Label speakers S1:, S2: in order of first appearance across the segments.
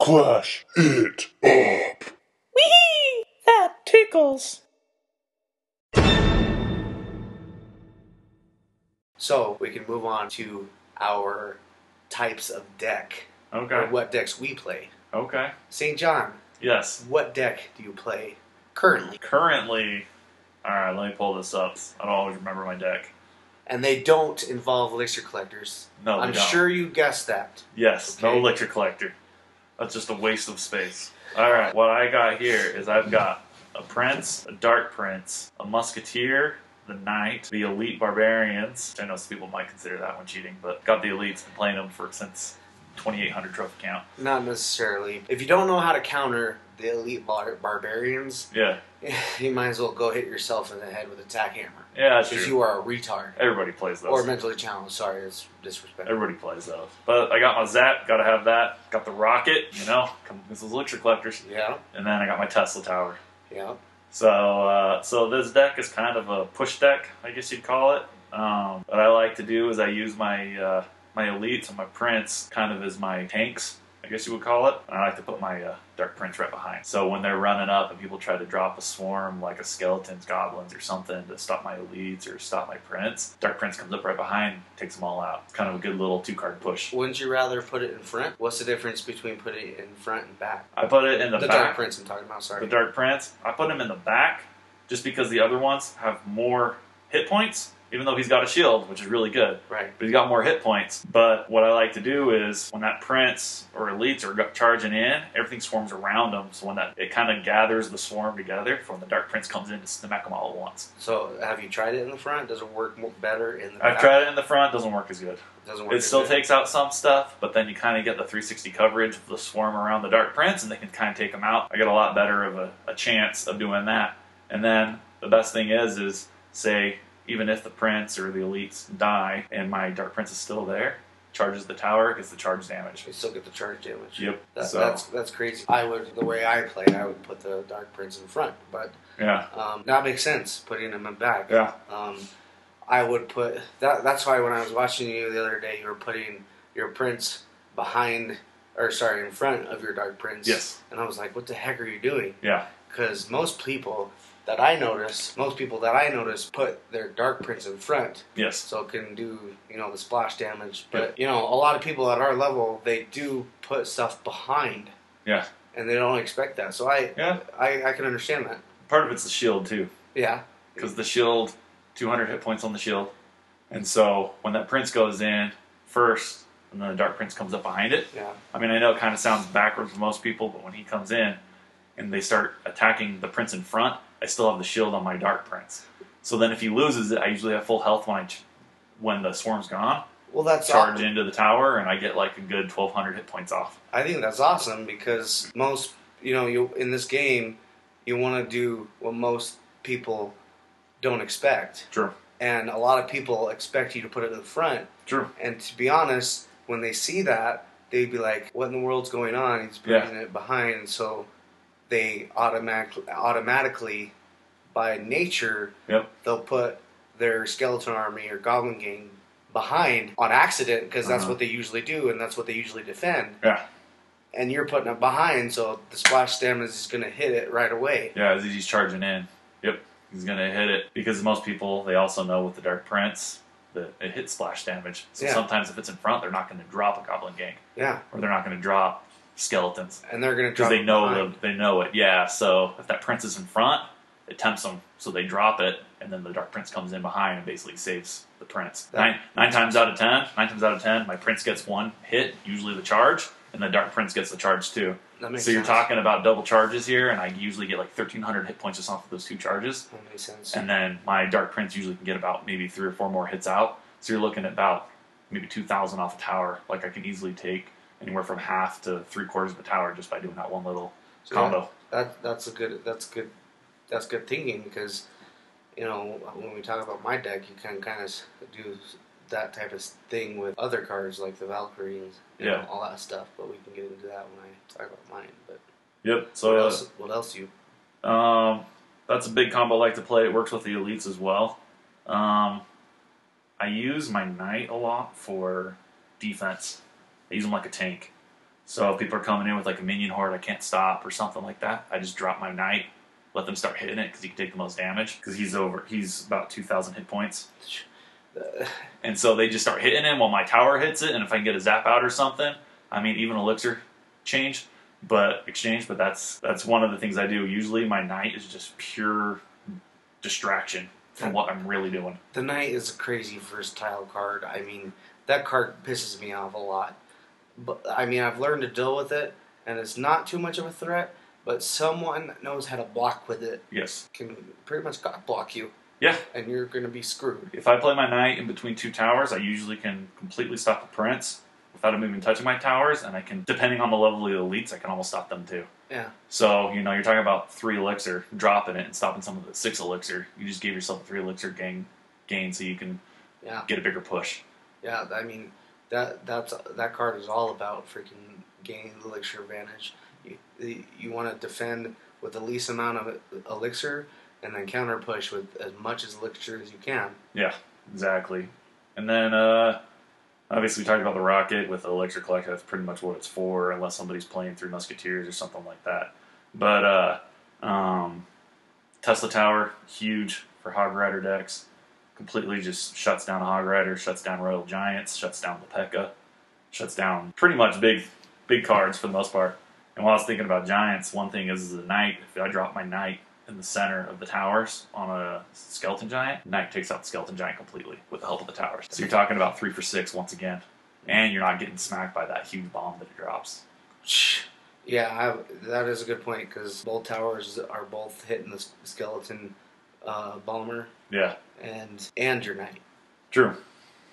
S1: Clash it up.
S2: Whee! That tickles.
S3: So we can move on to our types of deck, or
S4: Okay.
S3: what decks we play.
S4: Okay.
S3: St. John,
S4: Yes.
S3: what deck do you play currently?
S4: Currently, all right. Let me pull this up. I don't always remember my deck.
S3: And they don't involve elixir collectors.
S4: No, they
S3: I'm
S4: don't.
S3: sure you guessed that.
S4: Yes.
S3: Okay.
S4: No electric collector. That's just a waste of space. All right. What I got here is I've got a prince, a dark prince, a musketeer, the knight, the elite barbarians. I know some people might consider that one cheating, but got the elites. Been playing them for since 2800 trophy count.
S3: Not necessarily. If you don't know how to counter the elite bar- barbarians,
S4: Yeah.
S3: you might as well go hit yourself in the head with a tack hammer.
S4: Yeah. That's
S3: Because
S4: true.
S3: you are a retard.
S4: Everybody plays those.
S3: Or mentally challenged. Sorry, it's disrespectful.
S4: Everybody plays those. But I got my Zap, gotta have that. Got the Rocket, you know, come with those Elixir Collectors.
S3: Yeah,
S4: And then I got my Tesla Tower.
S3: yeah.
S4: So, uh, so this deck is kind of a push deck, I guess you'd call it. Um, what I like to do is I use my uh, my elites and my prince kind of as my tanks, I guess you would call it. And I like to put my uh, dark prince right behind. So when they're running up and people try to drop a swarm like a skeletons, goblins, or something to stop my elites or stop my prince, dark prince comes up right behind, takes them all out. It's kind of a good little two card push.
S3: Wouldn't you rather put it in front? What's the difference between putting it in front and back?
S4: I put it in the,
S3: The,
S4: back.
S3: Dark Prince I'm talking about, sorry.
S4: the Dark Prince. I put him in the back just because the other ones have more hit points, even though he's got a shield, which is really good.
S3: Right.
S4: But he's got more hit points. But what I like to do is when that prince or elites are go- charging in, everything swarms around them. So when that it kind of gathers the swarm together, for when the dark prince comes in to smack them all at once.
S3: So have you tried it in the front? Does it work mo- better in the back?
S4: I've tried it in the front; doesn't work as good.
S3: Doesn't work
S4: It
S3: as
S4: still
S3: good?
S4: takes out some stuff, but then you kind of get the 360 coverage of the swarm around the Dark Prince, and they can kind of take them out. I get a lot better of a, a chance of doing that. And then the best thing is, is say even if the Prince or the Elites die, and my Dark Prince is still there, charges the tower, gets the charge damage.
S3: You still get the charge damage.
S4: Yep.
S3: That,
S4: so
S3: That's that's crazy. I would the way I play, I would put the Dark Prince in front, but
S4: yeah,
S3: um, that makes sense putting him in back.
S4: yeah,
S3: Um, I would put that. That's why when I was watching you the other day, you were putting your Prince behind, or sorry, in front of your Dark Prince.
S4: Yes.
S3: And I was like, what the heck are you doing?
S4: yeah,
S3: because most people that I notice, most people that I notice put their dark prints in front
S4: yes,
S3: so it can do, you know, the splash damage. But, you know, a lot of people at our level, they do put stuff behind
S4: yeah.
S3: and they don't expect that. So I
S4: Yeah.
S3: I, I can understand that.
S4: Part of it's the shield too.
S3: Yeah.
S4: because the shield, 200 hit points on the shield, and so when that prince goes in first, and then the dark prince comes up behind it.
S3: Yeah.
S4: I mean, I know it kind of sounds backwards for most people, but when he comes in and they start attacking the prince in front, I still have the shield on my dark prince. So then, if he loses it, I usually have full health when I ch- when the swarm's gone.
S3: Well, that's
S4: Charge
S3: aw-
S4: into the tower, and I get like a good 1,200 hit points off.
S3: I think that's awesome because most, you know, you in this game, you want to do what most people don't expect.
S4: True,
S3: And a lot of people expect you to put it in front
S4: true.
S3: And to be honest, when they see that, they'd be like, "What in the world's going on?" He's putting it behind, and so they automatically, automatically, by nature,
S4: Yep.
S3: they'll put their skeleton army or goblin gang behind on accident because that's
S4: Uh-huh.
S3: what they usually do and that's what they usually defend.
S4: Yeah,
S3: And you're putting it behind, so the splash damage is going to hit it right away.
S4: Yeah, as he's charging in. Yep, he's gonna hit it because most people they also know with the Dark Prince that it hits splash damage. So
S3: Yeah.
S4: sometimes if it's in front, they're not gonna drop a Goblin Gang
S3: Yeah,
S4: or they're not gonna drop skeletons
S3: and they're going to
S4: because they know the, they know it. Yeah, so if that Prince is in front, it tempts them, so they drop it, and then the Dark Prince comes in behind and basically saves the Prince.
S3: That-
S4: Nine nine times out of ten, nine times out of ten, my Prince gets one hit, usually the charge, and the Dark Prince gets the charge too
S3: That makes
S4: so you're
S3: sense.
S4: talking about double charges here, and I usually get like 1,300 hit points just off of those two charges,
S3: That makes sense.
S4: and then my Dark Prince usually can get about maybe three or four more hits out. So you're looking at about maybe 2,000 off the tower. Like I can easily take anywhere from half to three quarters of the tower just by doing that one little
S3: So
S4: combo.
S3: that that's a good that's good that's good thinking because you know when we talk about my deck you can kind of do that type of thing with other cards like the Valkyrie and you
S4: Yeah.
S3: know, all that stuff but we can get into that when I talk about mine but
S4: Yep.
S3: what
S4: So
S3: else what else you
S4: uh, um, that's a big combo I like to play. It works with the elites as well. Um, I use my knight a lot for defense. I use him like a tank. So if people are coming in with like a minion horde, I can't stop or something like that. I just drop my knight, let them start hitting it because he can take the most damage because he's over. He's about two thousand hit points,
S3: Uh,
S4: and so they just start hitting him while my tower hits it. And if I can get a zap out or something, I mean, even elixir change, but exchange. But that's that's one of the things I do. Usually, my knight is just pure distraction from what I'm really doing.
S3: The Knight is a crazy versatile card. I mean, that card pisses me off a lot. But I mean, I've learned to deal with it, and it's not too much of a threat. But someone that knows how to block with it
S4: Yes.
S3: can pretty much cock block you,
S4: Yeah.
S3: and you're gonna be screwed.
S4: If I play my knight in between two towers, I usually can completely stop a prince without him even touching my towers, and I can, depending on the level of the elites, I can almost stop them too.
S3: Yeah.
S4: So, you know, you're talking about three elixir, dropping it and stopping someone with six elixir. You just gave yourself a three elixir gain, gain so you can
S3: Yeah.
S4: get a bigger push.
S3: Yeah, I mean that that's that card is all about freaking gaining the elixir advantage. You, you want to defend with the least amount of elixir, and then counter push with as much as elixir as you can.
S4: Exactly. And then, uh, obviously, we talked about the rocket with the Elixir Collector. That's pretty much what it's for, unless somebody's playing through Musketeers or something like that. But uh, um, Tesla Tower, huge for Hog Rider decks. Completely just shuts down Hog Rider, shuts down Royal Giants, shuts down Lepeca, shuts down pretty much big, big cards for the most part. And while I was thinking about Giants, one thing is, is the Knight. If I drop my Knight in the center of the towers on a skeleton giant. Knight takes out the skeleton giant completely with the help of the towers. So you're talking about three for six once again, and you're not getting smacked by that huge bomb that it drops.
S3: Yeah, I, that is a good point because both towers are both hitting the skeleton uh, bomber
S4: Yeah,
S3: and and your knight.
S4: true,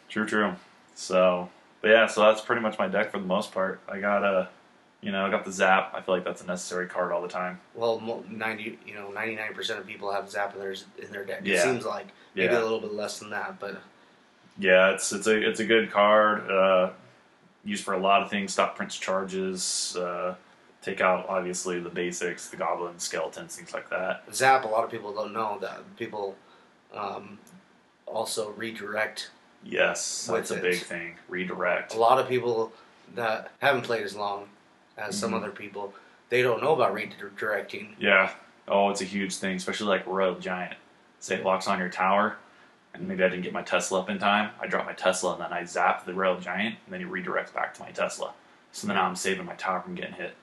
S4: true, true. So, but yeah, so that's pretty much my deck for the most part. I got a, you know, I got the zap. I feel like that's a necessary card all the time.
S3: Well, mo- ninety you know ninety nine percent of people have zap in their in their deck. It
S4: Yeah.
S3: seems like
S4: Yeah.
S3: maybe a little bit less than that, but
S4: Yeah, it's it's a it's a good card. Uh, used for a lot of things. Stop Prince charges. Uh, take out obviously the basics, the goblins, skeletons, things like that.
S3: Zap, a lot of people don't know that people um, also redirect.
S4: Yes,
S3: With
S4: that's a
S3: it.
S4: big thing. Redirect.
S3: A lot of people that haven't played as long as some
S4: Mhm. other
S3: other people, they don't know about redirecting.
S4: Yeah. Oh, it's a huge thing, especially like Royal Giant. Say it locks on your tower, and maybe I didn't get my Tesla up in time. I drop my Tesla, and then I zap the Royal Giant, and then he redirects back to my Tesla. So then I'm saving my tower from getting hit.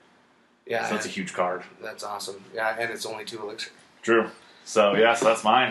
S3: Hmm. Yeah,
S4: So that's a huge card.
S3: that's awesome. Yeah, and it's only two elixir.
S4: True. So yeah, so that's mine.